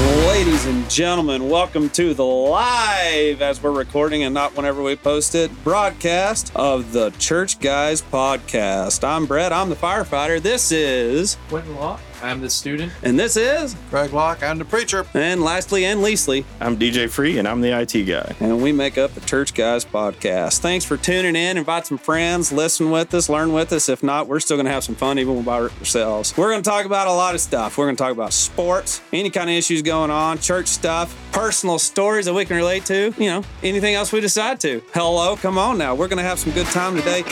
Ladies and gentlemen, welcome to the live, as we're recording and not whenever we post it, broadcast of the Church Guys podcast. I'm Brett, I'm the firefighter. This is, Quentin Law. I'm the student. and this is, Greg Locke, I'm the preacher. and lastly, and leastly, I'm DJ Free, and I'm the IT guy. and we make up the Church Guys podcast. Thanks for tuning in. Invite some friends, listen with us, learn with us. If not, we're still going to have some fun even by ourselves. We're going to talk about a lot of stuff. We're going to talk about sports, any kind of issues going on, church stuff, personal stories that we can relate to, you know, anything else we decide to. Hello, come on now. We're going to have some good time today.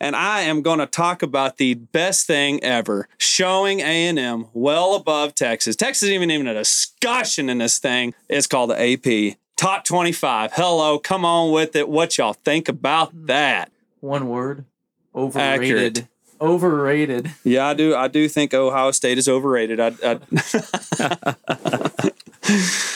and I am going to talk about the best thing ever: showing A and M well above Texas. Texas isn't even even a discussion in this thing. It's called the AP Top 25. Hello, come on with it. What y'all think about that? One word. Overrated. Accurate. Overrated. Yeah, I do. I do think Ohio State is overrated. I, I,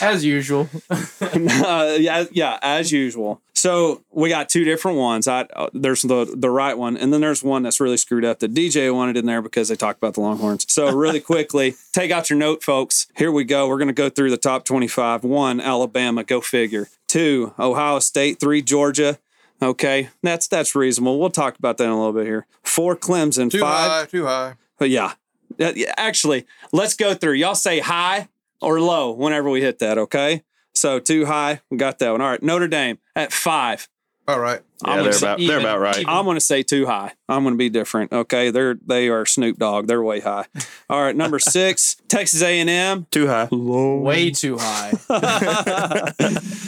As usual. uh, yeah, yeah, as usual. So we got two different ones. I uh, there's the the right one, and then there's one that's really screwed up. The DJ wanted in there because they talked about the Longhorns. So really quickly, take out your note, folks. Here we go. We're gonna go through the top 25. One, Alabama. Go figure. Two, Ohio State. Three, Georgia. Okay, that's that's reasonable. We'll talk about that in a little bit here. Four, Clemson. Too five, high, too high. but yeah. Uh, yeah, Actually, let's go through. Y'all say high or low whenever we hit that, okay? So too high, we got that one. All right, Notre Dame at five. All right. I'm Yeah, gonna they're say about even- they're about right. I'm gonna say too high. I'm gonna be different. Okay, they're they are Snoop Dogg. They're way high. All right, number six, Texas A&M. Too high. Way too high.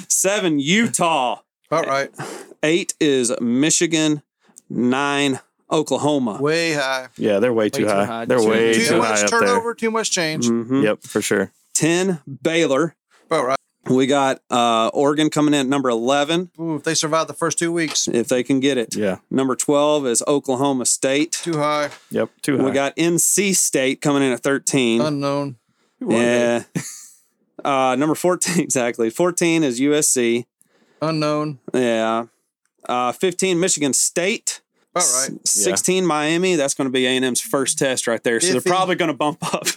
Seven, Utah. All right. Eight is Michigan. Nine, Oklahoma. Way high. Yeah, they're way too, too high. high. They're Too- Mm-hmm. way Too, too, high much up turnover, too much change. there. Mhm. Yep, for sure. Ten, Baylor. All right. We got uh, Oregon coming in at number eleven. Ooh, if they survive the first two weeks, if they can get it. Yeah. Number 12 is Oklahoma State. too high, Yep. Too high. We got NC State coming in at 13. unknown. yeah. uh, number 14, exactly. 14 is USC. Unknown. Yeah. Uh, 15, Michigan State. All right. S- 16, Miami. That's going to be A&M's first test right there. So they're Iffy. probably going to bump up.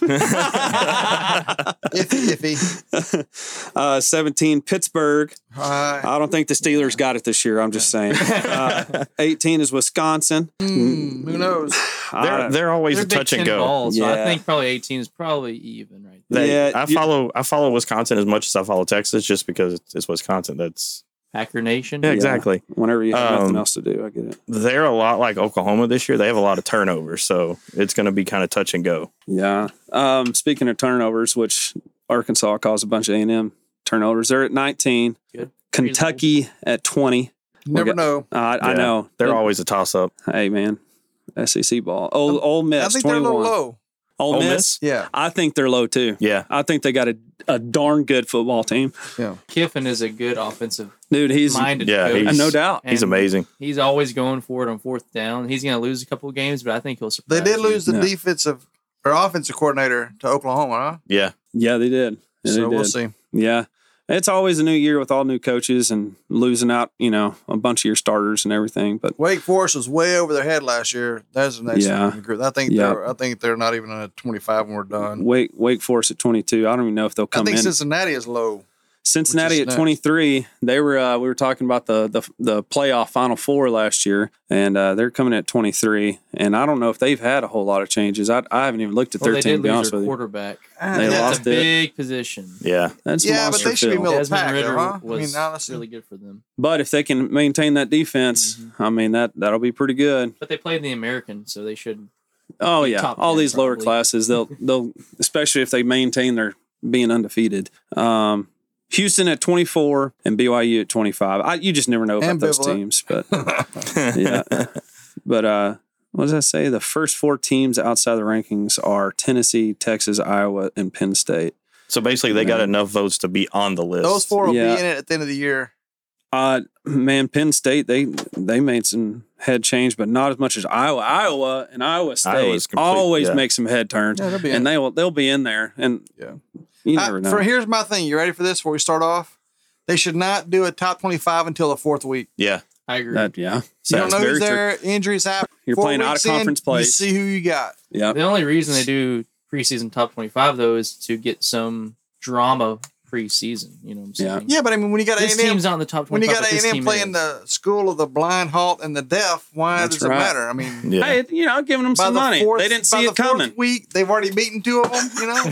iffy, iffy. uh, 17, Pittsburgh. High. I don't think the Steelers got it this year. I'm just saying. Uh, 18 is Wisconsin. Hmm, who knows? I- they're they're always They're a touch Big and Ten go. balls, so Yeah. I think probably 18 is probably even right there. They- Yeah, I you- follow I follow Wisconsin as much as I follow Texas, just because it's, it's Wisconsin. That's Hacker Nation. yeah, exactly. Whenever you have nothing Um, else to do, I get it. They're a lot like Oklahoma this year. They have a lot of turnover, so it's going to be kind of touch and go. Yeah. Um, speaking of turnovers, which Arkansas caused a bunch of A&M turnovers. They're at 19. Good. Kentucky at 20. Never got- know. Uh, I- I Yeah, know. They're always a toss up. Hey, man. SEC ball. Ole, Ole I Miss, think 21. they're a little low. Ole, Ole Miss? Miss? Yeah. I think they're low, too. Yeah, I think they got a, a darn good football team. Kiffin is a good offensive Dude, he's... minded yeah, coach. he's- uh, no doubt. he's And amazing. He's always going for it on fourth down. He's going to lose a couple of games, but I think he'll surprise They did you. lose the Yeah. defensive or offensive coordinator to Oklahoma, Yeah, Yeah, they did. huh? Yeah, they So we'll did. see. Yeah. It's always a new year with all new coaches and losing out, you know, a bunch of your starters and everything. But Wake Forest was way over their head last year. That's the next Yeah. group. I think Yeah. they're I think they're not even in a twenty five when we're done. Wake Wake Forest at 22. I don't even know if they'll I come think in. Cincinnati is low. Cincinnati at which is next. 23. They were uh, we were talking about the, the the playoff Final Four last year, and uh, they're coming at 23. And I don't know if they've had a whole lot of changes. I, I haven't even looked at Well, their they team. To did be lose honest their with you, quarterback. They Yeah. That's lost it. a big position. yeah, that's Yeah, but monster they should be field. middle of the Desmond pack, Ritter though, huh? I mean, was honestly. really good for them. But if they can maintain that defense, Mm-hmm. I mean that that'll be pretty good. But they played the American, so they should. Oh yeah, Top all ten, these lower probably. classes they'll they'll especially if they maintain their being undefeated. Um, Houston at 24 and BYU at 25. I, you just never know about those Ambivalent. teams, but yeah. But uh, what does I say? The first four teams outside the rankings are Tennessee, Texas, Iowa, and Penn State. So basically, they got enough votes to be on the list. Those four will Yeah. be in it at the end of the year. Uh, man, Penn State they they made some head change, but not as much as Iowa. Iowa and Iowa State Iowa's complete- always yeah. make some head turns, Yeah, they'll be and in. they will they'll be in there. And Yeah. you I- never know. For here's my thing. You ready for this? Before we start off, they should not do a top twenty-five until the fourth week. Yeah, I agree. That yeah. So you don't it's know very who's tricky. there. Injuries happen. You're Four playing out weeks of conference in, play. You see who you got. Yeah. the only reason they do preseason top 25, though, is to get some drama preseason. You know what I'm Yeah. saying? Yeah, but I mean, when you got This A&M, team's not in the top 25. when you got but this A&M team playing is. the school of the blind, halt, and the deaf, why That's does it right. matter? I mean, Yeah. Hey, you know, giving them by some the money. fourth, they didn't by see the it coming. Fourth week they've already beaten two of them. You know,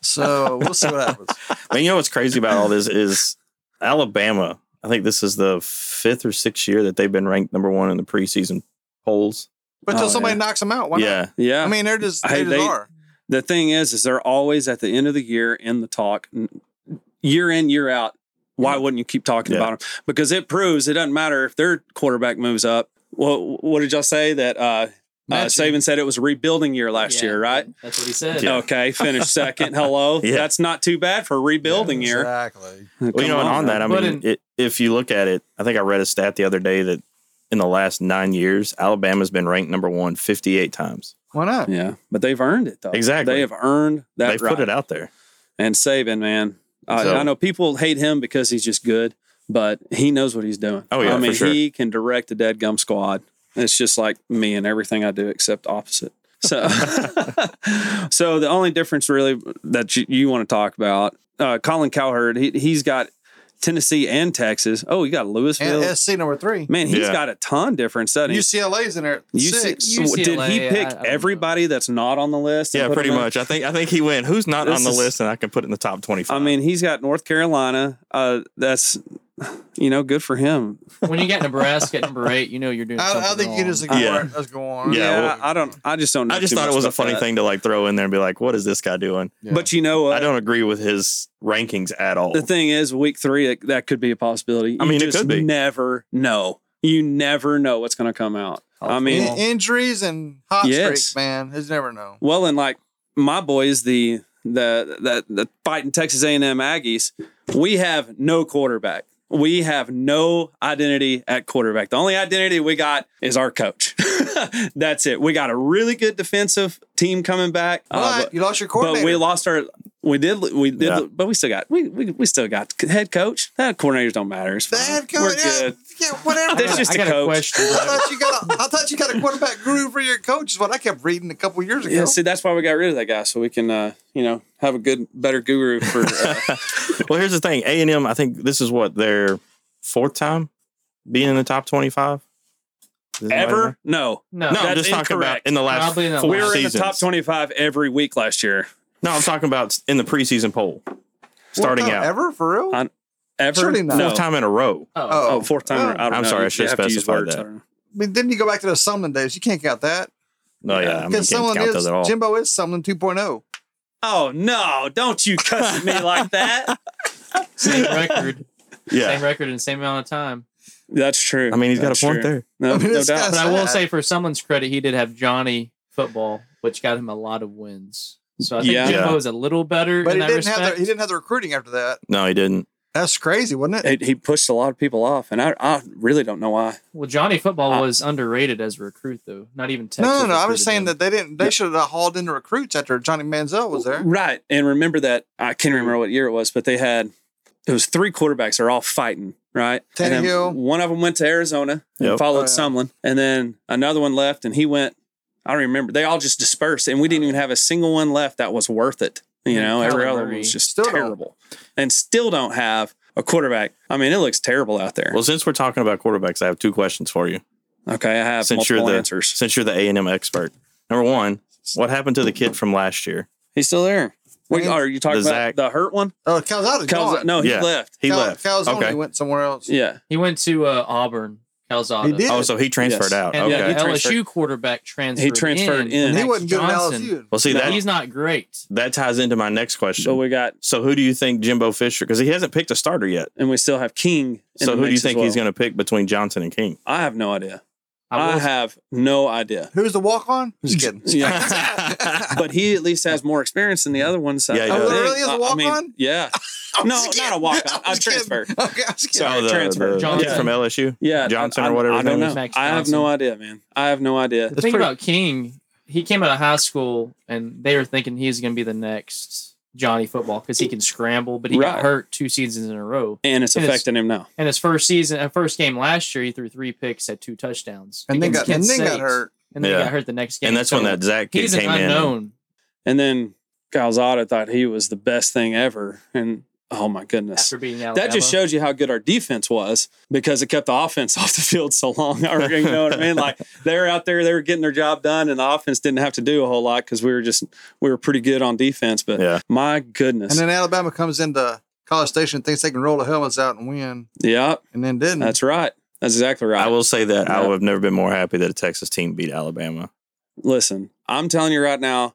so we'll see what happens. But you know what's crazy about all this is Alabama. I think this is the fifth or sixth year that they've been ranked number one in the preseason polls. But till Oh, somebody yeah. knocks them out, why not? yeah, Yeah. I mean, they're just Hey, they just they- are. the thing is, is they're always at the end of the year in the talk, n- year in year out. Why wouldn't you keep talking Yeah. about them? Because it proves it doesn't matter if their quarterback moves up. Well, what did y'all say that uh, uh Matthew. Saban said it was a rebuilding year last Yeah, year, right? That's what he said. Yeah. Okay, finished second. Hello, Yeah. that's not too bad for a rebuilding year. Exactly. Well, you know, and on that, I But mean, in- it, if you look at it, I think I read a stat the other day that in the last nine years, Alabama's been ranked number one 58 times. Why not? yeah, but they've earned it though. Exactly. they have earned that. They've right. put it out there. And Saban, man, I, So- I know people hate him because he's just good, but he knows what he's doing. Oh, yeah, I for mean, sure. he can direct a dead gum squad. It's just like me and everything I do except opposite. So, so the only difference really that you, you want to talk about, uh, Colin Cowherd, he, he's got Tennessee and Texas. Oh, you got Louisville. And SC number three, man, he's Yeah. got a ton difference, doesn't he? UCLA's in there. At You see- six. so did he UCLA, pick I- I don't know. everybody that's not on the list? and Yeah, put pretty them in? much. I think I think he went. Who's not This on the is- list and I can put it in the top 25? I mean, he's got North Carolina. Uh, that's you know good for him. when you get Nebraska at number eight, you know you're doing something I, I think you wrong. can just ignore Yeah. it. Let's go on. Yeah, Yeah, well- I don't. I just don't. Know I just too thought it much was a about funny that. thing to like throw in there and be like, what is this guy doing? But you know I what? don't agree with his rankings at all. The thing is, week three it, that could be a possibility. I mean, you it just could be. Never know. You never know what's going to come out. I mean- In- injuries and hot Yes. streaks, man. You never know. Well, and like my boys, the the the, the fighting Texas A and M Aggies, we have no quarterback. We have no identity at quarterback. The only identity we got is our coach. That's it. We got a really good defensive team coming back. Uh, But but- you lost your coordinator. but we lost our we did we did Yeah. but we still got we, we we still got head coach that coordinators don't matter it's the fine. head we're coach. Yeah, good yeah, whatever. That's That's just a just I got coach. a question. I thought you got a, I thought you got a quarterback guru for your coach. Is what I kept reading a couple years ago. yeah see that's why we got rid of that guy so we can uh you know have a good better guru for uh, well, here's the thing. A and M. I think this is what their fourth time being in the top 25 Does anybody know? ever no no, No, I'm That's just talking about incorrect. in the last Probably in the four we last- were in seasons. the top 25 every week last year No, I'm talking about in the preseason poll, Fourth starting time out ever for real. I- ever Surely not. no fourth time in a row. oh, oh fourth time Oh. I don't I'm know. sorry, I You should have to use specify words. that. I don't know. I mean, then you go back to the Sumlin days. You can't count that No, yeah, I mean, you because can't count Sumlin those is at all. Jimbo is Sumlin 2.0. oh no don't you cuss at me like that same record, yeah, same record, in the same amount of time. that's true I mean, he's got That's a point true. there. no, I mean, no it's doubt But I will sad. say, for someone's credit, he did have Johnny football, which got him a lot of wins. So I think Yeah. Jimbo is a little better But in he that didn't respect. have the, he didn't have the recruiting after that. No, he didn't. That's crazy, wasn't it? It- he pushed a lot of people off and I, I really don't know why well, Johnny football Uh, was underrated as a recruit, though. Not even Texas. no, no, no. I was recruited saying him. that they didn't. They should have hauled in the recruits after Johnny Manziel was there. Mm-hmm. Right. And remember that I can't remember what year it was, but they had it was three quarterbacks are all fighting, right? And Tannehill. then one of them went to Arizona and Yep. followed Oh, yeah. Sumlin. And then another one left and he went, I don't remember. They all just dispersed and we didn't even have a single one left that was worth it. You Yeah, know, every Kyler other one Murray. was just Mm-hmm. Still don't. terrible. And still don't have a quarterback. I mean, it looks terrible out there. Well, since we're talking about quarterbacks, I have two questions for you. okay, I have Since you're multiple the answers. since you're the A and M expert, number one, what happened to the kid from last year? He's still there. Wait, Zach- are you talking the about Zach- the hurt one? Oh, Calzada's Calza- gone. no, he Yeah. left. He Cal- left. Calzone okay. went somewhere else. Yeah. he went to uh, Auburn, Calzada. He did. Oh, so he transferred Yes. out. And uh, okay. the he transferred. LSU quarterback transferred. He transferred in. And he Max wasn't good at Johnson. LSU. well, see No. that He's not great. that ties into my next question. So we got So who do you think Jimbo Fisher? Because he hasn't picked a starter yet. and we still have King. in So the who do you mix as think well. he's going to pick between Johnson and King? I have no idea. will I, say- have no idea. Who's the walk on? Just kidding. Yeah. yeah, but he at least has more experience than the other ones. Yeah, he I does. think. Really, as a I- I walk-on? mean, yeah. I'm No, just not kidding. a walk-on. I'm A just kidding. transfer. Okay, I was kidding. Sorry. transfer. Johnson Johnson. from LSU. Yeah. Johnson I- or whatever I, his don't name know. is. Max I have Johnson. no idea, man. I have no idea. The thing about King, he came out of high school and they were thinking he's going to be the next Johnny football because he can scramble, but he Right. got hurt two seasons in a row. and it's And it's- affecting him now. And his first season, uh, first game last year, he threw three picks, had two touchdowns, and then against got and Kent then got State. hurt. and then Yeah. he got hurt the next game. and that's So when that Zach kid he's an came in. unknown. And then Calzada thought he was the best thing ever, and oh my goodness. after being Alabama. that just shows you how good our defense was because it kept the offense off the field so long. Or, you know what I mean? Like they were out there, they were getting their job done, and the offense didn't have to do a whole lot because we were just we were pretty good on defense. But Yeah. my goodness, And then Alabama comes into College Station, thinks they can roll the helmets out and win, yeah, and then didn't. that's right. That's exactly right. I will say that I Yeah. would have never been more happy that a Texas team beat Alabama. Listen, I'm telling you right now,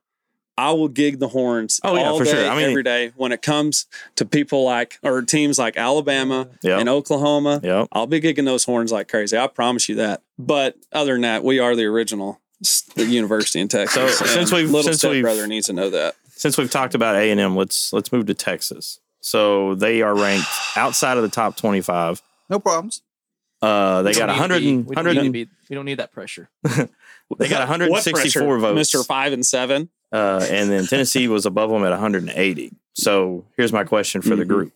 I will gig the horns Oh, yeah, all for day, sure. I mean- every day when it comes to people like or teams like Alabama Yep. and Oklahoma. yep. I'll be gigging those horns like crazy. I promise you that. But other than that, we are the original s- the university in Texas. So, since and we've- little since we've- brother needs to know that. Since we've talked about A and M, let's let's move to Texas. So they are ranked outside of the top twenty five. no problems. Uh, they We don't got need to 100, be- and- We don't need 100 to and- be. We don't need that pressure. they got 164 votes. Mister Five and Seven. uh, and then Tennessee was above them at 180. So here's my question for the Mhm. Mm-hmm. group.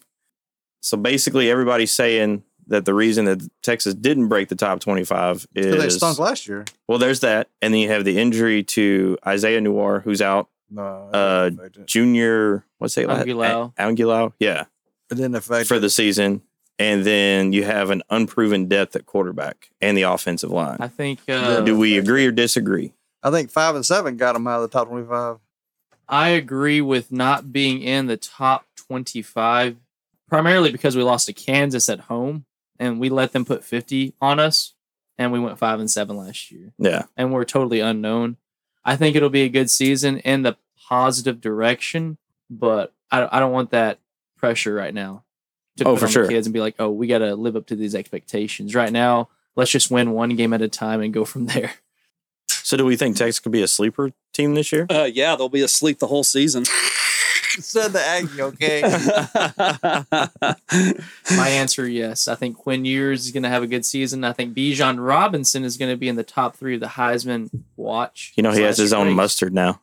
So basically, everybody's saying that the reason that Texas didn't break the top 25 Because they is stunk last year. well, there's that, and then you have the injury to Isaiah Noir, who's out. No, it Uh, didn't affect it. Junior, what's it? Anguilao. Angulau, yeah, It didn't affect for it. the season. And then you have an unproven depth at quarterback and the offensive line. I think. Uh, Do we agree or disagree? I think five and seven got them out of the top twenty-five. I agree with not being in the top 25, primarily because we lost to Kansas at home and we let them put 50 on us, and we went five and seven last year, Yeah, and we're totally unknown. I think it'll be a good season in the positive direction, but I, I don't want that pressure right now to Oh, put for on sure. the kids and be like, oh, we got to live up to these expectations. Right now, let's just win one game at a time and go from there. So do we think Texas could be a sleeper team this year? Uh, yeah, they'll be asleep the whole season. Said the Aggie, okay. My answer, yes. I think Quinn Years is going to have a good season. I think Bijan Robinson is going to be in the top three of the Heisman watch. You know, he has slash his own race. mustard now.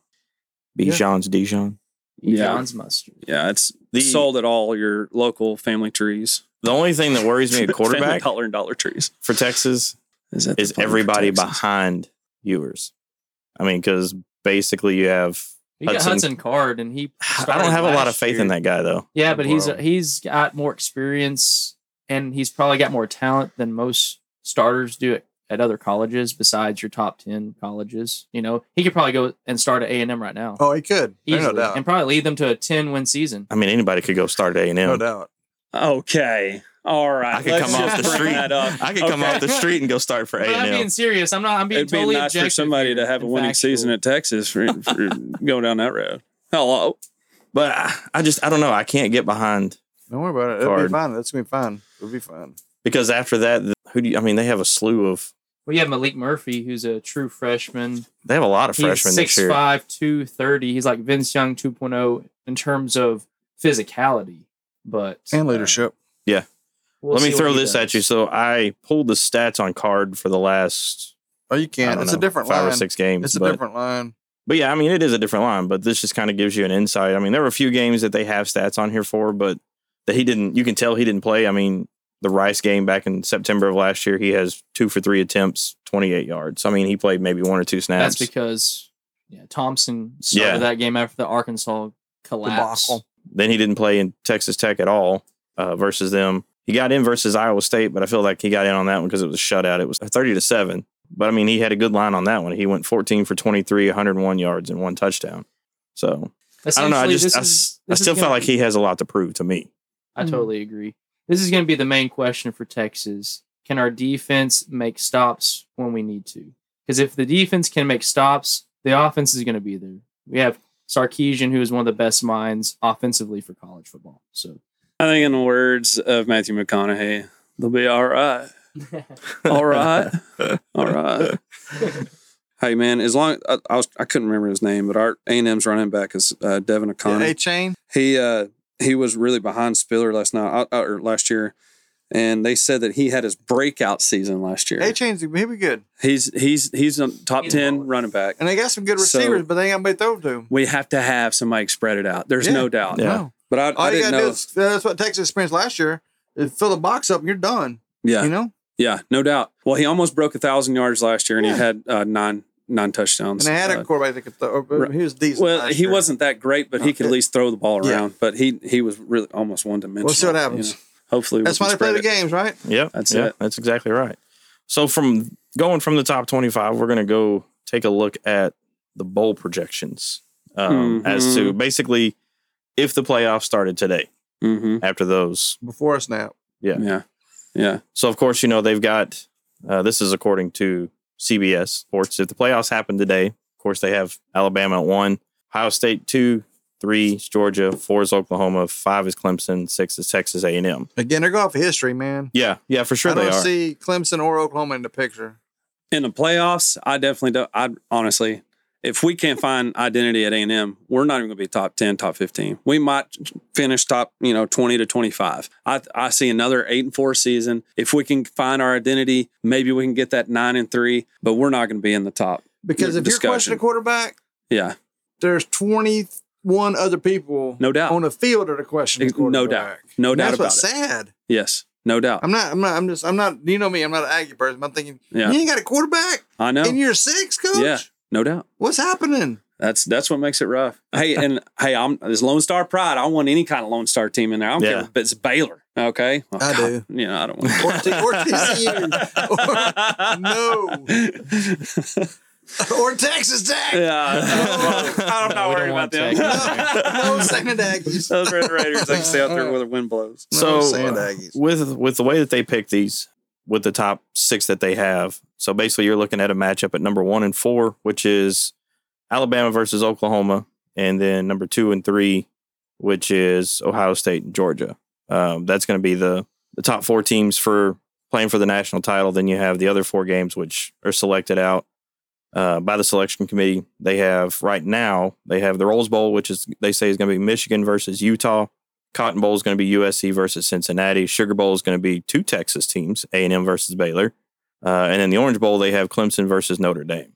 Yeah. Bijan's Dijon. yeah, Bijan's mustard. yeah. It's The- sold at all your local family trees. The only thing that worries me Family at quarterback dollar and dollar trees. for Texas Is, that is the problem for everybody Texas? behind viewers. I mean, because basically you have. You got Hudson. Hudson Card, and he. I don't started have a lot of last faith in year. that guy though. Yeah, but he's Wow. he's got more experience, and he's probably got more talent than most starters do at, at other colleges besides your top ten colleges. You know, he could probably go and start at A and M right now, Oh, he could. There's easily, No doubt. and probably lead them to a ten win season. I mean, anybody could go start at A and No M. doubt. Okay. All right. I could Let's come off just the bring street. that up. I could come Okay. off the street and go start for A But I'm being and serious. I'm not. I'm being It'd totally be nice for objective somebody here to have a and winning factual. season at Texas for, for going down that road. Hello. But I, I just I don't know. I can't get behind Don't worry about it. It'll Card. be fine. That's gonna be fine. It'll be fine. because after that, th- who do you, I mean? They have a slew of. We have Malik Murphy, who's a true freshman. They have a lot of He's freshmen this six year. five two thirty. He's like Vince Young 2.0 in terms of physicality, but And uh, leadership. we'll Let me see what throw he this does. at you. So I pulled the stats on card for the last Oh, you I can't. don't It's know, a different five line. or six games. It's a but, different line. but yeah, I mean it is a different line, but this just kind of gives you an insight. I mean, there were a few games that they have stats on here for, but that he didn't you can tell he didn't play. I mean, the Rice game back in September of last year, he has two for three attempts, twenty eight yards. I mean, he played maybe one or two snaps. That's because yeah, Thompson started Yeah. that game after the Arkansas collapse. Debacle. then he didn't play in Texas Tech at all uh, versus them. He got in versus Iowa State, but I feel like he got in on that one because it was a shutout. It was thirty to seven. But I mean, he had a good line on that one. He went fourteen for 23, 101 yards, and one touchdown. So I don't know. I Essentially, just this I, is- s- I this is still felt gonna- like he has a lot to prove to me. I Mhm. totally agree. This is going to be the main question for Texas. Can our defense make stops when we need to? Because if the defense can make stops, the offense is going to be there. We have Sarkeesian, who is one of the best minds offensively for college football. So I think in the words of Matthew McConaughey, they'll be all right. All right. all right. Hey man, as long I, I was I couldn't remember his name, but our A and M's running back is uh, Devin O'Connor. A chain. He uh he was really behind Spiller uh, last night uh, or last year, and they said that he had his breakout season last year. They changed him. He'll be good. He's he's he's a top He's ten balling. running back. And they got some good So- receivers, but they ain't got nobody to throw to him. We have to have somebody spread it out. There's Yeah. no doubt. Yeah. No. But I, All I you didn't gotta know. do is uh, that's what Texas experienced last year. Is fill the box up and you're done. yeah, You know? yeah, no doubt. Well, he almost broke a thousand yards last year, and Yeah. he had uh, nine nine touchdowns. And they had Uh, a quarterback that could throw but right. he was decent. well, last he year. wasn't that great, but he could at Okay. least throw the ball Yeah. around. But he he was really almost one dimensional. We'll see what happens. you know. Hopefully, we That's can why they play spread the it. games, right? Yeah, That's yeah, it. That's exactly right. So from going from the top twenty-five, we're going to go take a look at the bowl projections um, as Mm-hmm. to basically if the playoffs started today Mhm. after those. Before a snap. Yeah. Yeah, yeah. So of course, you know they've got uh, this is according to CBS Sports. If the playoffs happen today, of course they have Alabama at one, Ohio State two, three is Georgia, four is Oklahoma, five is Clemson, six is Texas A and M. Again, they're going off of history, man. Yeah, yeah, for sure I don't they are. see Clemson or Oklahoma in the picture. in the playoffs, I definitely don't. I honestly, if we can't find identity at A and M, we're not even going to be top ten, top fifteen. We might finish top, you know, twenty to twenty five. I I see another eight and four season. If we can find our identity, maybe we can get that nine and three. But we're not going to be in the top. Because if Discussion. you're questioning a quarterback, Yeah, there's 21 other people no doubt, on the field that are questioning the Ex- no quarterback. doubt, no And doubt that's about it. what's sad. Yes, no doubt. I'm not. I'm not. I'm just. I'm not. You know me. I'm not an Aggie person. I'm thinking. Yeah. You ain't got a quarterback, I know. and you're six, coach. Yeah, no doubt. What's happening? That's that's what makes it rough. Hey, and hey, I'm this Lone Star pride. I want any kind of Lone Star team in there. I don't Yeah. care if it's Baylor. Okay, Oh, I do. You know, I don't want. Or, T- or TCU, no. or, or Texas Tech. Yeah. I'm No, not we worried about don't want them. No, no sand Aggies. Those Red Raiders, they can stay out there where the wind blows. So, no sand uh, Aggies. with with the way that they pick these with the top six that they have so basically you're looking at a matchup at number one and four which is alabama versus oklahoma and then number two and three which is ohio state and georgia um, that's going to be the the top four teams for playing for the national title then you have the other four games which are selected out uh, by the selection committee they have right now they have the rolls bowl which is they say is going to be michigan versus utah Cotton Bowl is going to be USC versus Cincinnati. Sugar Bowl is going to be two Texas teams, A and M versus Baylor, uh, and then the Orange Bowl they have Clemson versus Notre Dame.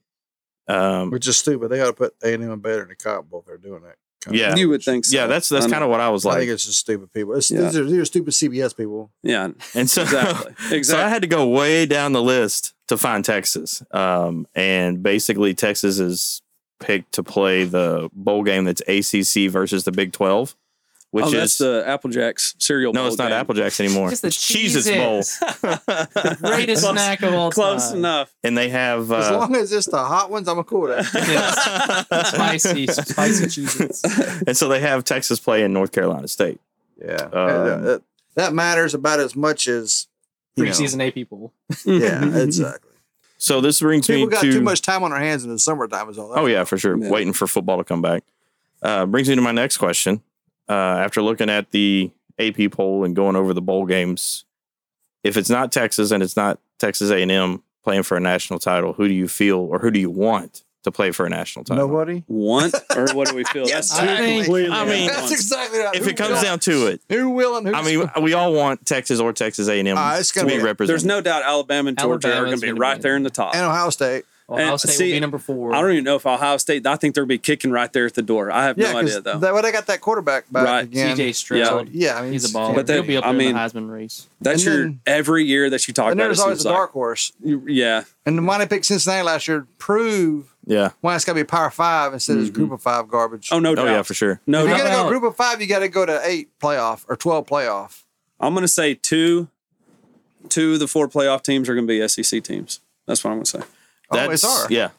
Um, Which is stupid. They ought to put A and M better in the Cotton Bowl. if They're doing that. kind of Yeah. thing. You would think so. yeah, that's that's I know. kind of what I was I like, think it's just stupid people. It's, Yeah. these, are, these are stupid CBS people. Yeah. and so Exactly. so I Exactly. had to go way down the list to find Texas, um, and basically Texas is picked to play the bowl game that's ACC versus the Big Twelve, which oh, is that's the Apple Jacks cereal. no, bowl it's not game. Apple Jacks anymore. It's the Cheez-Its Cheez-Its. Greatest Close- snack of all time. Close enough. and they have As uh, long as it's the hot ones, I'm a cool with that. Spicy, spicy cheeses. and so they have Texas play in North Carolina State. Yeah. Um, that, that matters about as much as you know. Preseason A people. Yeah, uh, exactly. So this brings People me got to too much time on our hands in the summertime is all that. oh yeah for sure Yeah. waiting for football to come back. Uh, brings me to my next question. Uh, after looking at the AP poll and going over the bowl games, if it's not Texas and it's not Texas A and M playing for a national title, who do you feel or who do you want to play for a national title? Nobody. Want or what do we feel? Yes, That's I two think- completely I mean, different That's ones. exactly right. If Who it comes will- down to it, who will and who? I mean, we all want Texas or Texas A and M Ah, it's to gonna be be- represented. There's no doubt Alabama and Georgia are going Alabama's to be gonna right be- there in the top. and Ohio State. Ohio And State see, will be number four. I don't even know if Ohio State. I think they're going to be kicking right there at the door. I have Yeah, no because idea though. that way they got that quarterback back Right. again. CJ Yeah. Stroud. Yeah, I mean, He's a it's- baller. But they- He'll be up I there in mean- the Heisman race. That's and your then- every year that you talk And about. there's It always seems a like, dark horse. you, yeah, And the money picked Cincinnati last year prove yeah. why it's got to be power five instead of this group of five garbage. Oh no Oh doubt. yeah, for sure. No if you're doubt. gonna go doubt. group of five, you got to go to eight playoff or twelve playoff. I'm gonna say two. Two of the four playoff teams are gonna be SEC teams. That's what I'm gonna say. Always are. Yeah.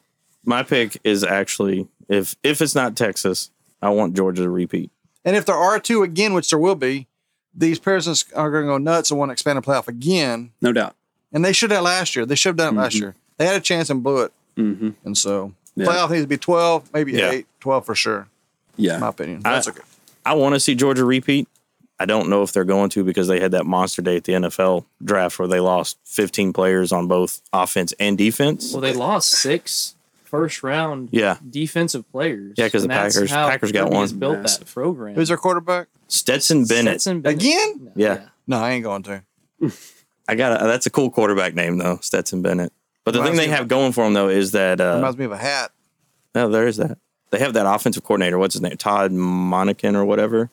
My pick is actually if if it's not Texas, I want Georgia to repeat. And if there are two again, which there will be, these persons are going to go nuts and want to expand the playoff again. No doubt. And they should have last year. They should have done it last year. They had a chance and blew it. Mhm. And so Yeah. playoff needs to be 12, maybe Yeah. 8, 12 for sure, in my Yeah. opinion. That's okay. I want to see Georgia repeat. I don't know if they're going to because they had that monster day at the NFL draft where they lost 15 players on both offense and defense. Well, they lost six first round yeah. defensive players. Yeah, 'cause And the that's Packers- how Packers got Kirby one. has built Massive. that program. Who's their quarterback? Stetson Bennett. Stetson Again? No, Yeah. No, I ain't going to. I got that's a cool quarterback name though, Stetson Bennett. But the Reminds thing me they have going for them though is that uh, Reminds me of a hat. no, there is that they have that offensive coordinator. What's his name? Todd Monaghan or whatever.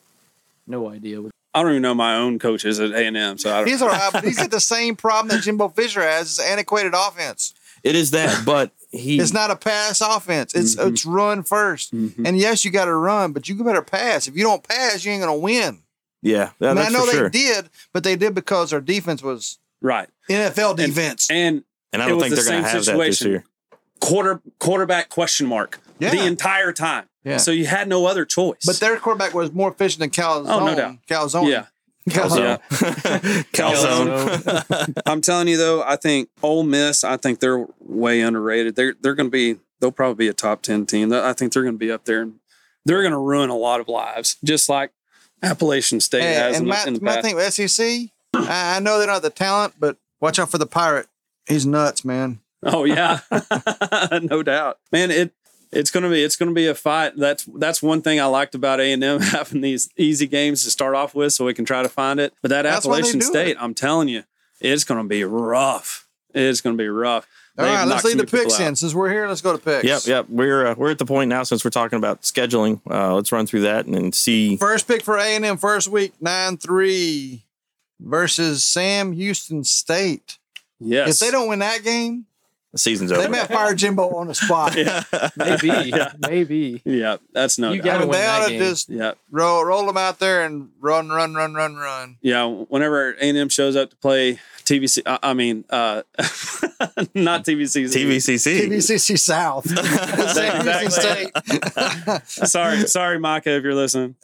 No idea. what- I don't even know my own coaches at A and M, so I don't, He's all right, but he's got the same problem that Jimbo Fisher has: is antiquated offense. It is that, but he It's not a pass offense. It's Mhm. it's run 1st Mhm. And yes, you got to run, but you better pass. If you don't pass, you ain't gonna win. Yeah, that- I, mean, I that's know for they sure. did, but they did because their defense was right. NFL defense. And And I It don't was think the they're going to same have that this situation. year. quarter quarterback question mark the Yeah. entire time. Yeah. So you had no other choice. but their quarterback was more efficient than Calzone. Oh, no doubt. Calzone. yeah, Calzone. Yeah. Um, Calzone. I'm telling you though, I think Ole Miss. I think they're way underrated. They're they're going to be. They'll probably be a top ten team. I think they're going to be up there, and they're going to ruin a lot of lives, just like Appalachian State Hey, has in, and the- my, in the my past. thing with SEC, I, I know they don't have the talent, but watch out for the pirate. He's nuts, man. Oh yeah, no doubt, man. It it's gonna be it's gonna be a fight. That's that's one thing I liked about A and M having these easy games to start off with, so we can try to find it. But that That's why they Appalachian do State, it. I'm telling you, it's gonna be rough. It's gonna be rough. All They've right, let's knocked lead some the people picks out. in. Since we're here, let's go to picks. yep, yep. We're uh, we're at the point now since we're talking about scheduling. Uh, let's run through that and then see. First pick for A and M first week nine three versus Sam Houston State. Yes, If they don't win that game, The season's they over. may fire Jimbo on the spot. Maybe. Yeah. Maybe. Yeah, that's no. You doubt. gotta I mean, win they that ought to game. just yeah, roll roll them out there and run, run, run, run, run. yeah. Whenever A and M shows up to play TVC, I, I mean, uh, not TVC, TVCC. TVCC South. Sam Houston State. Sorry, sorry, Micah, if you're listening.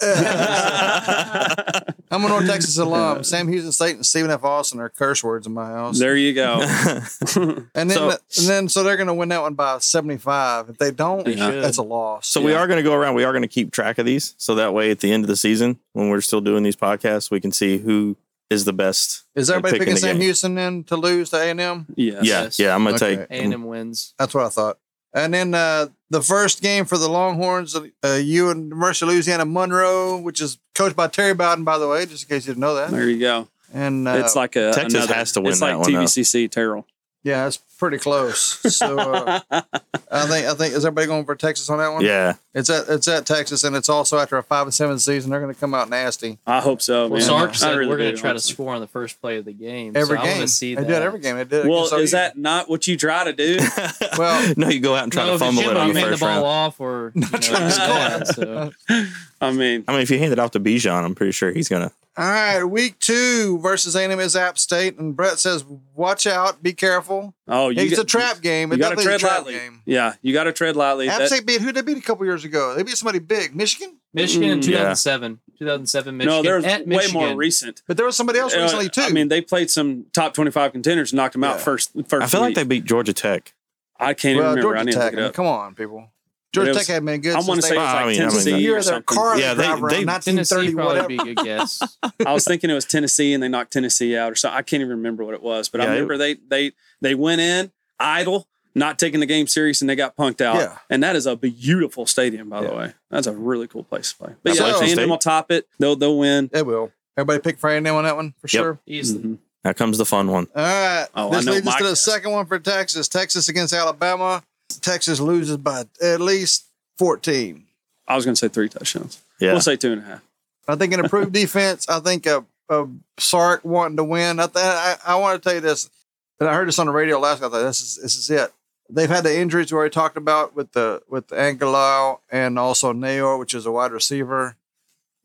I'm a North Texas alum. Sam Houston State and Stephen F. Austin are curse words in my house. there you go. and then, so- and then, so they're going to win that one by 75. If they don't, They should. that's a loss. So we are going to go around. We are going to keep track of these, so that way at the end of the season, when we're still doing these podcasts, we can see who is the best. is everybody picking picking the Sam game. Houston then to lose to A and M? Yes. Yeah, Yes. yeah. I'm going to Okay. take. A&M wins. That's what I thought. And then uh, the first game for the Longhorns, uh, you and Mercer, Louisiana Monroe, which is coached by Terry Bowden, by the way, just in case you didn't know that. There you go. And uh, it's like a Texas another- has to win It's that like one, though. TVCC Terrell. yeah, it's pretty close. So uh, I think I think is everybody going for Texas on that one? Yeah, It's at it's at Texas, and it's also after a five and seven season. They're going to come out nasty I hope so. Well, Oh, man. Sark I said really we're going do, to try to honestly. score on the first play of the game. every so I game. wanna see they that. do it every game. They did. it Well, against is OU. that not what you try to do? Well- no, you go out and try No, to if it's fumble it Jimbo, on I'm the hitting the first ball round. off or you know, trying to yeah, score. so. I mean, I mean, if you hand it off to Bijan, I'm pretty sure he's going to. All right, week two versus A&M is App State, and Brett says, "Watch out, be careful. oh, you it's got- a trap game. You It got to definitely is a tread trap lightly. game." Yeah, you got to tread lightly. App That- State beat who? They beat a couple years ago. They beat somebody big, Michigan, Michigan in Mm. 2007. 2007 Michigan. no, there's at way Michigan. more recent. but there was somebody else Uh, recently too. I mean, they played some top twenty-five contenders, and knocked them out Yeah. first. First, I feel like week. they beat Georgia Tech. I can't well, even remember. I Georgia need to look Tech. it I mean, up. come on, people. But Georgia it Tech had been good. I want to since say it they- was I like mean, I mean, Tennessee the or year their something. car Yeah, they- driver they- in 1930 Tennessee probably whatever. be a good guess. I was thinking it was Tennessee, and they knocked Tennessee out, or something. I can't even remember what it was, but I Yeah, it- remember they they they went in idle, not taking the game serious, and they got punked out. Yeah. And that is a beautiful stadium, by the Yeah. way. That's a really cool place to play. But So- yeah, if State? A&M will top it. They'll they'll win. They will. Everybody pick for A&M on that one for Yep. sure. Mm, Easily. Mhm. Now comes the fun one. All right. Oh, I this know leads us my to the guess. second one for Texas. Texas against Alabama. Texas loses by at least 14. I was going to say three touchdowns. Yeah, We'll say two and a half. I think an improved defense. I think a, a Sark wanting to win. I, th- I, I want to tell you this, and I heard this on the radio last night. I thought this is this is it. They've had the injuries we already talked about with the with Angelau and also Nayor, which is a wide receiver.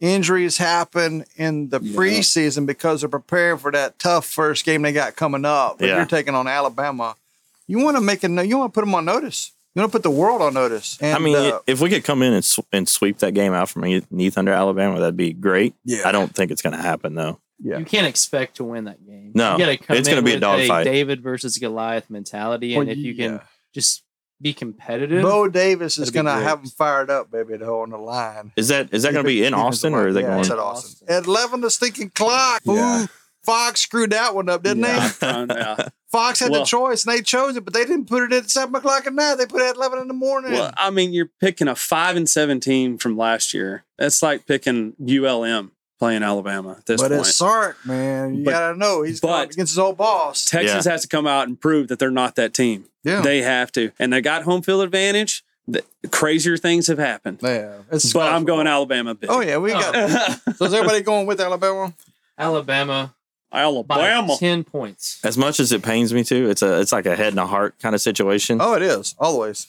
Injuries happen in the Yeah. preseason because they're preparing for that tough first game they got coming up. But Yeah. you're taking on Alabama. You want to make it. no- You want to put them on notice. You want to put the world on notice. And, I mean, uh, if we could come in and, sw- and sweep that game out from underneath under Alabama, that'd be great. Yeah. I don't think it's going to happen though. Yeah. You can't expect to win that game. No, you gotta come it's gonna in be a with dogfight. David versus Goliath mentality, and if well, you can yeah. just be competitive, Bo Davis That'd is be going to great. have them fired up, baby, to hold on the line. Is that is that going to be in Austin or are they Yeah, going? it's at Austin. At 11, the stinking clock. Yeah. Ooh, Fox screwed that one up, didn't yeah, they? I'm trying- yeah. Fox had Well- the choice and they chose it, but they didn't put it at 7 o'clock at night. They put it at 11 in the morning. Well, I mean, you're picking a five and seven team from last year. That's like picking ULM playing Alabama at this but point. it's Sark, man. You But- gotta know he's going but- up against his old boss. Texas has to come out and prove that they're not that team. yeah, They have to, and they got home field advantage. The, crazier things have happened, yeah. It's but college I'm going football. Alabama. Big. Oh yeah, we got. so is everybody going with Alabama? Alabama by Alabama. ten points. As much as it pains me to, it's a it's like a head and a heart kind of situation. Oh, it is always.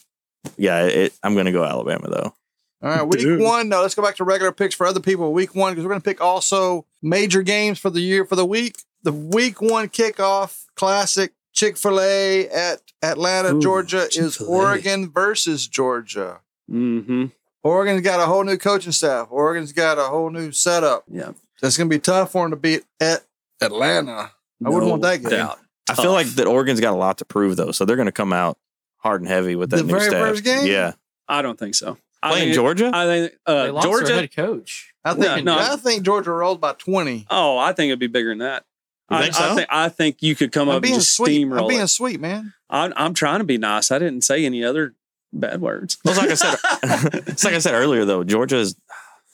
Yeah, it, I'm going to go Alabama though. All right, week Dude. one. No, let's go back to regular picks for other people. Week one because we're going to pick also major games for the year for the week. The week one kickoff classic Chick Fil A at Atlanta, Ooh, Georgia is Chick-fil-A. Oregon versus Georgia. Mm-hmm. Oregon's got a whole new coaching staff. Oregon's got a whole new setup. Yeah. That's going to be tough for them to beat at Atlanta. I wouldn't want that game. I feel like that Oregon's got a lot to prove though, so they're going to come out hard and heavy with that The new very staff. first game? Yeah, I don't think so. I playing think, Georgia. I think They uh, lost Georgia? their Georgia. head coach. I think Yeah, no. I think Georgia rolls by twenty. Oh, I think it'd be bigger than that. You I, think I so? think I think you could come I'm up and being just sweet. I'm steamroll. being it. sweet, man. I'm, I'm trying to be nice. I didn't say any other bad words. Well, it's like I said, it's like I said earlier though. Georgia is,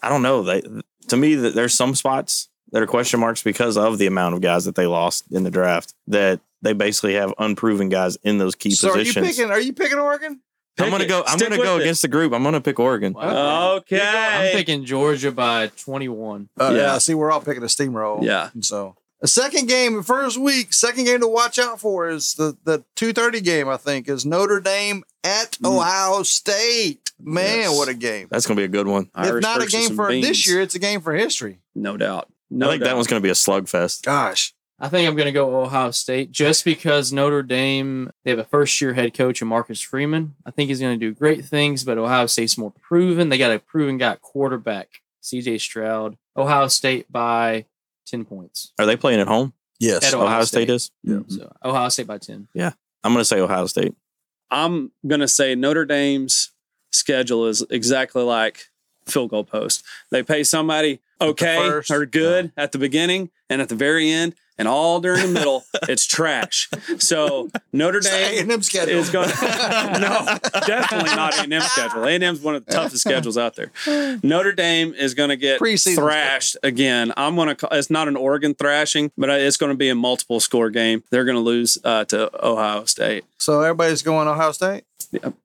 I don't know. They to me that there's some spots that are question marks because of the amount of guys that they lost in the draft. That they basically have unproven guys in those key so positions. are you picking? Are you picking Oregon? I'm gonna Pick it. go. I'm Stick gonna go with it. against the group. I'm gonna pick Oregon. Wow. Okay. I'm picking Georgia by 21. Uh, yeah. Yeah. See, we're all picking a steamroll. Yeah. And so the second game, the first week, second game to watch out for is the the two thirty game. I think is Notre Dame at Mm. Ohio State. Man, Yes. what a game! That's gonna be a good one. Irish if not a versus game some for this beans. year, it's a game for history. no doubt. No I think that doubt. one's gonna be a slugfest. Gosh, I think I'm going to go Ohio State just because Notre Dame, they have a first year head coach in Marcus Freeman. I think he's going to do great things, but Ohio State's more proven. They got a proven guy at quarterback, CJ Stroud. Ohio State by 10 points. Are they playing at home? yes. At Ohio, Ohio State. State. is. Mhm. So Ohio State by 10. I'm gonna say Ohio State. I'm gonna say Notre Dame's schedule is exactly like field goal post. They pay somebody okay first. or good at the beginning and at the very end, and all during the middle, it's trash. So Notre A Dame and M schedule is going to no, definitely not A&M schedule. A&M's one of the toughest schedules out there. Notre Dame is going to get Preseason thrashed again. I'm going to. It's not an Oregon thrashing, but it's going to be a multiple score game. They're going to lose uh, to Ohio State. So everybody's going Ohio State.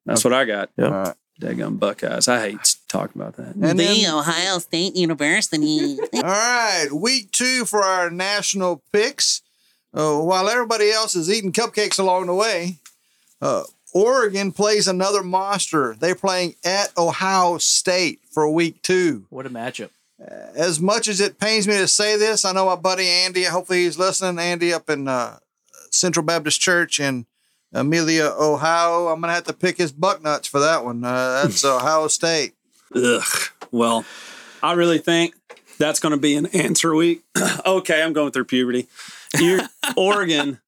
That's what I got. Yep. All right. Daggum Buckeyes. I hate talking about that. And then, the Ohio State University. all right, week two for our national picks. Uh, while everybody else is eating cupcakes along the way, uh, Oregon plays another monster. They're playing at Ohio State for week two. What a matchup. As much as it pains me to say this, I know my buddy Andy. Hopefully, he's listening. Andy up in uh, Central Baptist Church in Amelia, Ohio. I'm gonna have to pick his buck nuts for that one. Uh, that's Ohio State. Ugh. Well, I really think that's going to be an answer week. okay, I'm going through puberty. You, Oregon,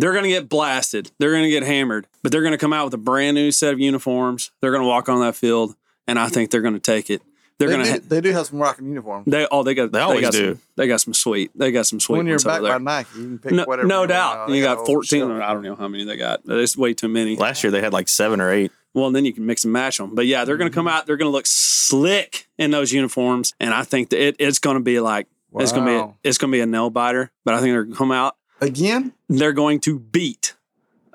they're going to get blasted. They're going to get hammered, but they're going to come out with a brand new set of uniforms. They're going to walk on that field, and I think they're going to take it. They're They, going to. do, Ha- they do have some rocking uniforms. they oh they got They always got do. Some, they got some sweet. They got some sweet. when you're ones over back there. by Nike, you can pick no, whatever. no you doubt. want. They you got got old 14. stuff. I don't know how many they got. It's way too many. Last year they had like seven or eight. Well, then you can mix and match them. But yeah, they're going to come out. They're going to look slick in those uniforms, and I think that it, it's going to be like it's going to Wow. be it's going to be a nail biter. But I think they're going to come out. Again, They're going to beat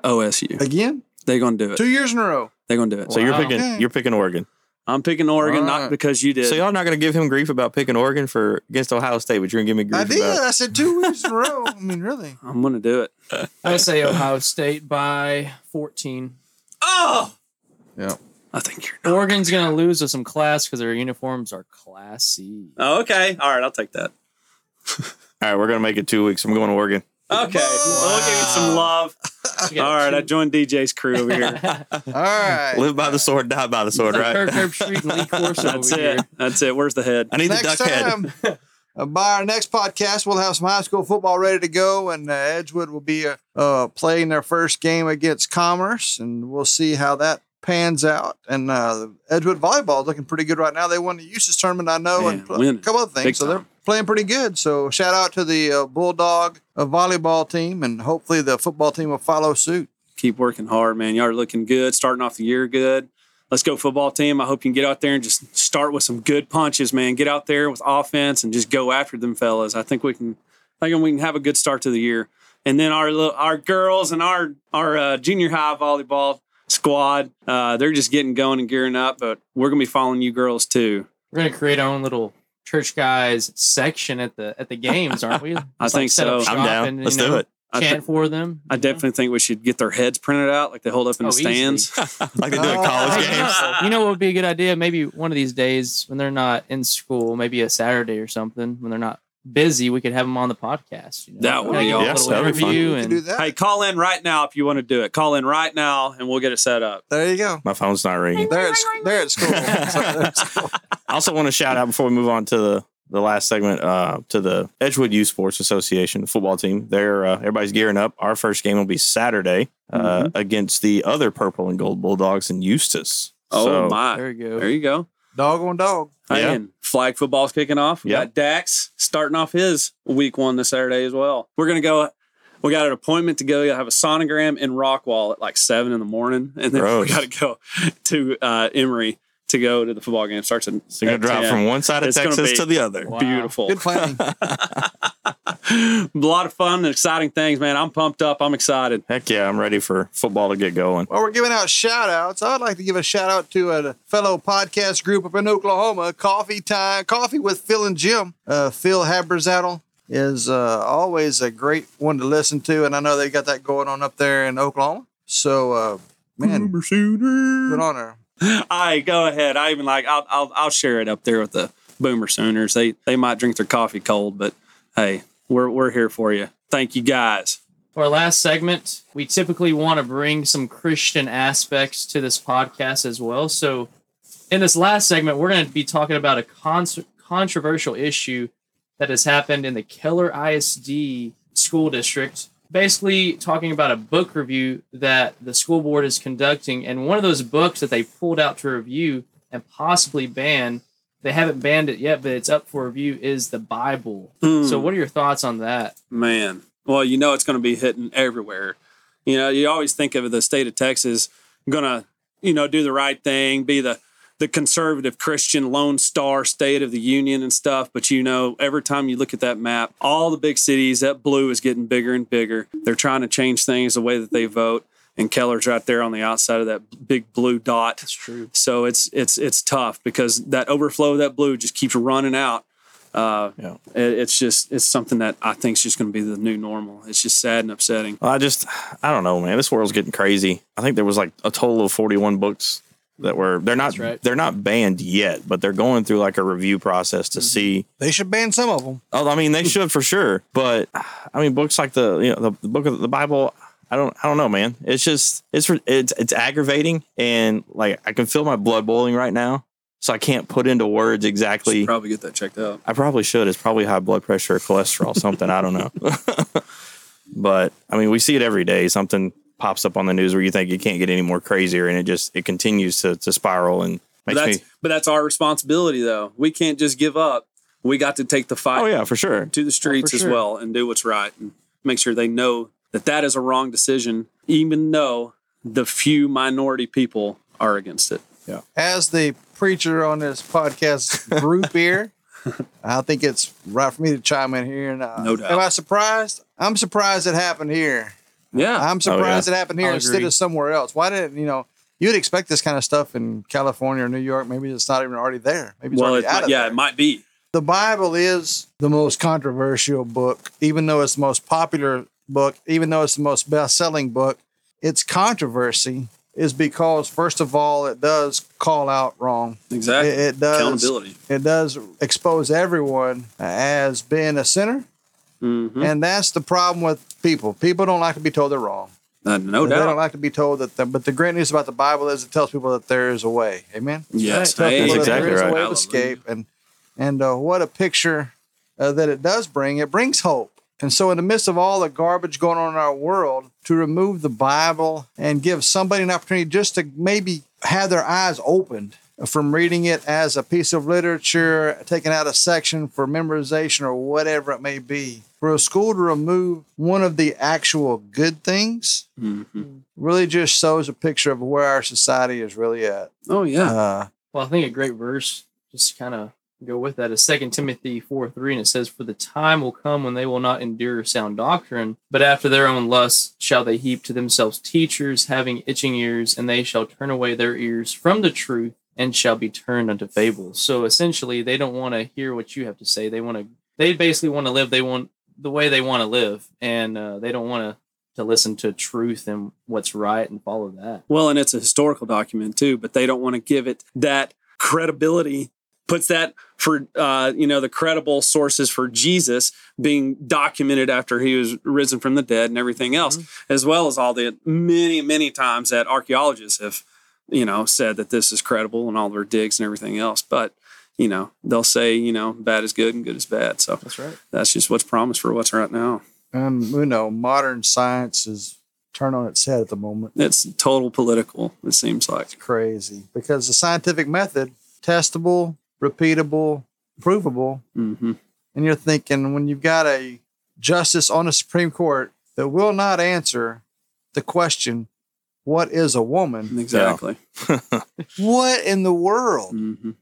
OSU. again, They're going to do it. two years in a row. They're going to do it. So you're Wow. picking. You're picking Oregon. I'm picking Oregon Alright. not because you did. So y'all not gonna give him grief about picking Oregon for against Ohio State, but you're gonna give me grief I did. about. I said two years in a row. I mean, really. I'm going to do it. I say Ohio State by 14. Oh, Yeah. I think you're. Oregon's going to lose with some class because their uniforms are classy. Oh, okay. All right, I'll take that. All right, we're gonna make it two weeks. I'm going to Oregon. Okay, we'll give you some Wow. love. We All got right, two- I joined DJ's crew over here. All right. Live by the sword, die by the sword. Like Kirk Right. Herbstreit and Lee Corso That's over it. here. That's it. Where's the head? I need the next duck head. time, uh, by our next podcast, we'll have some high school football ready to go, and uh, Edgewood will be uh, uh, playing their first game against Commerce, and we'll see how that pans out. And uh, Edgewood volleyball is looking pretty good right now. They won the uses tournament, I know, Man, and pl- a winning. couple other things. Big so they're time. playing pretty good. So shout out to the uh, Bulldog uh, volleyball team, and hopefully the football team will follow suit. keep working hard, man. Y'all are looking good, starting off the year good. Let's go football team. I hope you can get out there and just start with some good punches, man. Get out there with offense and just go after them fellas. I think we can I think we can have a good start to the year. And then our little, our girls and our our uh, junior high volleyball squad, uh, they're just getting going and gearing up, but we're going to be following you girls too. We're gonna create our own little church guys section at the at the games, aren't we? I think so. I'm down. Let's do it. I, Chant thi- for them. I you know? definitely think we should get their heads printed out like they hold up in Oh, the stands. like they do at college Hey, you know- games. You know what would be a good idea? Maybe one of these days when they're not in school, maybe a Saturday or something, when they're not busy, we could have them on the podcast. You know? That would Kinda be give them a awesome. little That'd be fun. interview You can do and that. Hey, call in right now if you want to do it. Call in right now and we'll get it set up. There you go. My phone's not ringing. They're at, sc- they're at school. So there's- I also want to shout out before we move on to the, the last segment uh, to the Edgewood Youth Sports Association football team. They're uh, everybody's gearing up. Our first game will be Saturday uh, Mm-hmm. against the other purple and gold Bulldogs in Eustis. Oh So, my. there you go. There you go. dog on dog. Yeah. And flag football's kicking off. We Yeah. got Dax starting off his week one this Saturday as well. We're gonna go. We got an appointment to go have a sonogram in Rockwall at like seven in the morning, and then Gross. we got to go to uh, Emory to go to the football game. Starts in So you're gonna drive from one side of It's gonna Texas be- to the other. Wow. beautiful. Good planning. a lot of fun and exciting things, man. I'm pumped up. I'm excited. Heck yeah, I'm ready for football to get going. While we're giving out shout outs, I'd like to give a shout out to a fellow podcast group up in Oklahoma, Coffee Time, Coffee with Phil and Jim. Uh, Phil Habersaddle is uh, always a great one to listen to, and I know they got that going on up there in Oklahoma. So, uh, man, Mm-hmm. good on her. All right, go ahead. I even like. I'll, I'll I'll share it up there with the Boomer Sooners. They they might drink their coffee cold, but hey, we're we're here for you. Thank you guys. For our last segment, we typically want to bring some Christian aspects to this podcast as well. So, in this last segment, we're going to be talking about a con- controversial issue that has happened in the Keller ISD school district. Basically, talking about a book review that the school board is conducting, and one of those books that they pulled out to review and possibly ban. They haven't banned it yet, but it's up for review. Is the Bible? Hmm. So, what are your thoughts on that? Man, well, you know it's going to be hitting everywhere. You know, you always think of the state of Texas going to, you know, do the right thing, be the the conservative Christian lone star state of the union and stuff, but you know, every time you look at that map, all the big cities, that blue is getting bigger and bigger. They're trying to change things the way that they vote, and Keller's right there on the outside of that big blue dot. That's true. So it's it's it's tough because that overflow of that blue just keeps running out. Uh, Yeah. it, it's just it's something that I think is just going to be the new normal. It's just sad and upsetting. Well, I just, I don't know, man. This world's getting crazy. I think there was like a total of 41 books that were they're not That's right. they're not banned yet, but they're going through like a review process Mm-hmm. to see. They should ban some of them. Oh, I mean, they should for sure, but I mean, books like the you know the, the book of the Bible. I don't I don't know, man. It's just it's it's it's aggravating, and like I can feel my blood boiling right now, so I can't put into words exactly. Should probably get that checked out. I probably should. It's probably high blood pressure or cholesterol, something. I don't know. but I mean, we see it every day. Something pops up on the news where you think you can't get any more crazier, and it just it continues to to spiral and But makes that's me. but that's our responsibility though. We can't just give up. We got to take the fight Oh yeah, for sure. to the streets as sure. well and do what's right and make sure they know that that is a wrong decision, even though the few minority people are against it. As the preacher on this podcast group here, I think it's right for me to chime in here. And uh, No doubt. am I surprised? I'm surprised it happened here. Oh, Yeah, I'm surprised it happened here I'll instead agree. of somewhere else. Why didn't you know? You'd expect this kind of stuff in California or New York. Maybe it's not even already there. Maybe it's well, it already out might, of yeah, there. it might be. the Bible is the most controversial book, even though it's the most popular book, even though it's the most best-selling book. Its controversy is because, first of all, it does call out wrong. Exactly. It- it does. Accountability. It does expose everyone as being a sinner, Mm-hmm. and that's the problem with people. People don't like to be told they're wrong. Oh, no They don't doubt. like to be told that. The, but the great news about the Bible is it tells people that there is a way. Amen. Yes, That's hey, Tells That's people that exactly there is right. a way of escape, and and uh, what a picture uh, that it does bring. It brings hope. And so, in the midst of all the garbage going on in our world, to remove the Bible and give somebody an opportunity just to maybe have their eyes opened from reading it as a piece of literature, taking out a section for memorization or whatever it may be. For a school to remove one of the actual good things Mhm. really just shows a picture of where our society is really at. Oh yeah. Uh, Well, I think a great verse just kind of go with that is Second Timothy four three, and it says, "For the time will come when they will not endure sound doctrine, but after their own lusts shall they heap to themselves teachers having itching ears, and they shall turn away their ears from the truth and shall be turned unto fables." So essentially, they don't want to hear what you have to say. They want to. They basically want to live. They want the way they want to live, and uh, they don't want to to listen to truth and what's right and follow that. Well, and it's a historical document too, but they don't want to give it that credibility. Puts that for uh, you know the credible sources for Jesus being documented after he was risen from the dead and everything else, Mm-hmm. as well as all the many many times that archaeologists have you know said that this is credible and all their digs and everything else. But you know they'll say you know bad is good and good is bad. So That's right. that's just what's promised for what's right now. and you know, modern science is turned on its head at the moment. It's total political. It seems like. Crazy because the scientific method, testable, repeatable, provable, Mm-hmm. and you're thinking when you've got a justice on the Supreme Court that will not answer the question, "What is a woman?" Exactly. What in the world? hmm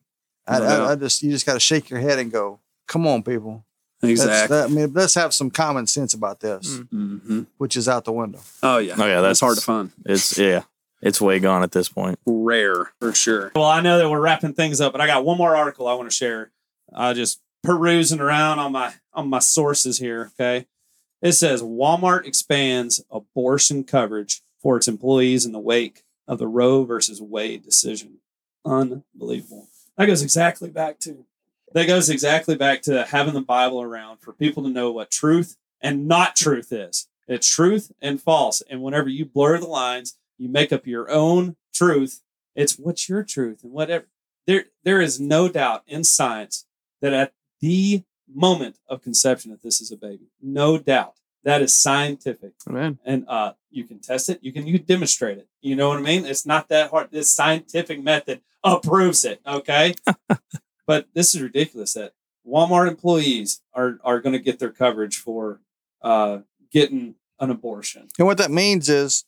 I, No I, doubt. I just you just got to shake your head and go, "Come on, people." That's- Exactly. that- I mean, let's have some common sense about this, Mm. hmm which is out the window. Oh yeah. Oh, yeah, That's that's- hard to find. It's yeah, it's way gone at this point. Rare for sure. Well, I know that we're wrapping things up, but I got one more article I want to share. I just perusing around on my on my sources here. Okay. It says Walmart expands abortion coverage for its employees in the wake of the Roe versus Wade decision. Unbelievable. That goes exactly back to that goes exactly back to having the Bible around for people to know what truth and not truth is. It's truth and false. And whenever you blur the lines, you make up your own truth. It's what's your truth and whatever. There, there is no doubt in science that at the moment of conception that this is a baby. No doubt. That is scientific Amen. and uh, you can test it. You can you can demonstrate it. You know what I mean? It's not that hard. This scientific method approves it. Okay, but this is ridiculous that Walmart employees are are going to get their coverage for uh, getting an abortion. And what that means is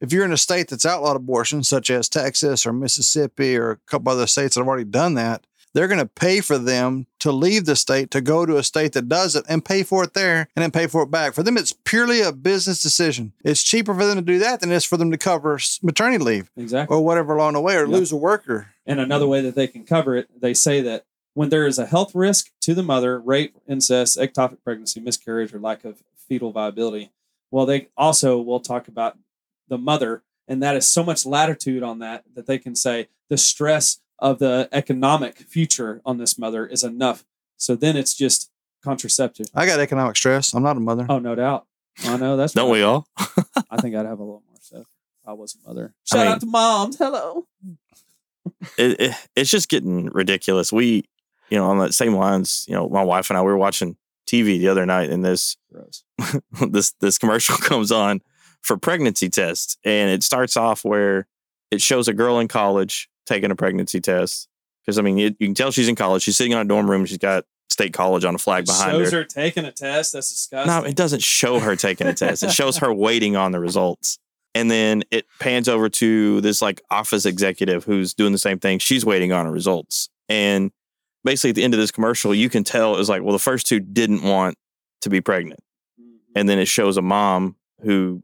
if you're in a state that's outlawed abortion, such as Texas or Mississippi or a couple other states that have already done that, they're going to pay for them to leave the state to go to a state that does it and pay for it there and then pay for it back. For them, it's purely a business decision. It's cheaper for them to do that than it's for them to cover s- maternity leave Exactly. or whatever along the way or Yeah. lose a worker. And Mm-hmm. another way that they can cover it, they say that when there is a health risk to the mother, rape, incest, ectopic pregnancy, miscarriage, or lack of fetal viability, well, they also will talk about the mother. And that is so much latitude on that that they can say the stress of the economic future on this mother is enough. So then it's just contraceptive. I got economic stress. I'm not a mother. Oh, no doubt. I know that's Don't right. we all? I think I'd have a little more stuff. if I was a mother. I Shout mean- out to moms. Hello. It, it, it's just getting ridiculous. We, you know, on that same lines, you know, my wife and I we were watching TV the other night, and this Gross. this this commercial comes on for pregnancy tests and it starts off where it shows a girl in college taking a pregnancy test because i mean it, you can tell she's in college she's sitting on a dorm room she's got state college on a flag It behind shows her, her taking a test. That's disgusting. no it doesn't show her taking a test it shows her waiting on the results and then it pans over to this like office executive who's doing the same thing she's waiting on her results and basically at the end of this commercial you can tell it was like well the first two didn't want to be pregnant Mm-hmm. and then it shows a mom who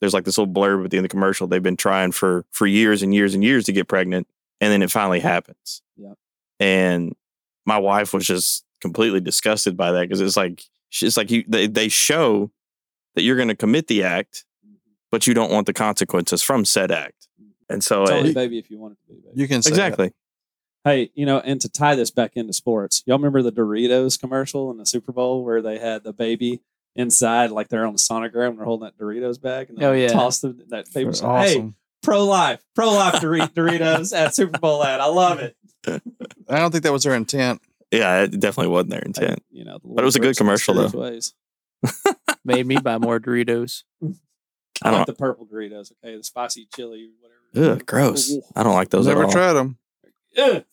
there's like this little blurb at the end of the commercial they've been trying for for years and years and years to get pregnant and then it finally happens Yep. and my wife was just completely disgusted by that because it's like it's like you they, they show that you're going to commit the act but you don't want the consequences from said act and so Tell me, it, baby, if you want it to be, baby. You can say that. exactly Hey, you know, and to tie this back into sports, y'all remember the Doritos commercial in the Super Bowl where they had the baby inside, like they're on a sonogram, and they're holding that Doritos bag, and they Oh, yeah. toss the, that paper. That's Hey, pro life, pro life Dorit- Doritos at Super Bowl ad. I love it. I don't think that was their intent. yeah it definitely wasn't their intent Hey, you know, the it was a good little commercial, person's though. ways. Made me buy more Doritos. I, I like don't- the purple Doritos. Okay, the spicy chili, whatever. Ugh, gross i don't like those Never at all tried them. Ugh.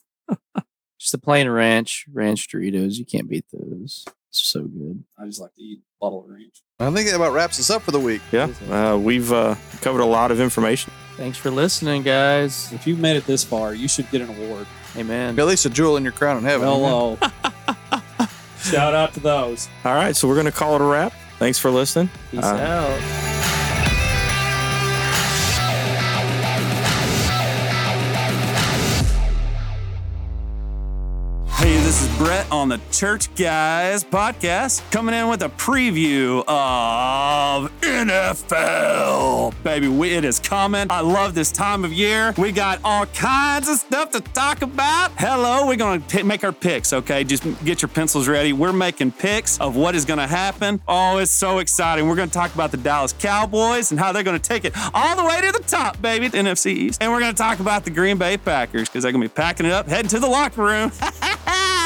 Just the plain ranch, ranch Doritos. You can't beat those. It's so good. I just like to eat bottle of ranch. I think that about wraps us up for the week. Yeah, uh, we've uh, covered a lot of information. Thanks for listening, guys. If you've made it this far, you should get an award. Amen. At least a jewel in your crown in heaven. Mm-hmm. Hello. Shout out to those. All right, so we're going to call it a wrap. Thanks for listening. Peace Uh, out. Hey, this is Brett on the Church Guys podcast, coming in with a preview of NFL. Baby, we, it is coming. I love this time of year. We got all kinds of stuff to talk about. Hello, we're going to make our picks, okay? Just get your pencils ready. We're making picks of what is going to happen. Oh, it's so exciting. We're going to talk about the Dallas Cowboys and how they're going to take it all the way to the top, baby, the NFC East. And we're going to talk about the Green Bay Packers because they're going to be packing it up, heading to the locker room.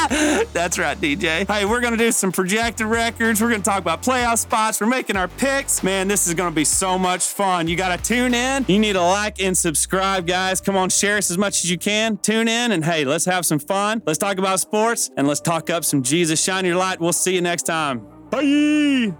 That's right, DJ. Hey, we're gonna do some projected records. We're gonna talk about playoff spots. We're making our picks. Man, this is gonna be so much fun. You gotta tune in. You need to like and subscribe, guys. Come on, share us as much as you can. Tune in and hey, let's have some fun. Let's talk about sports and let's talk up some Jesus. Shine your light. We'll see you next time. Bye.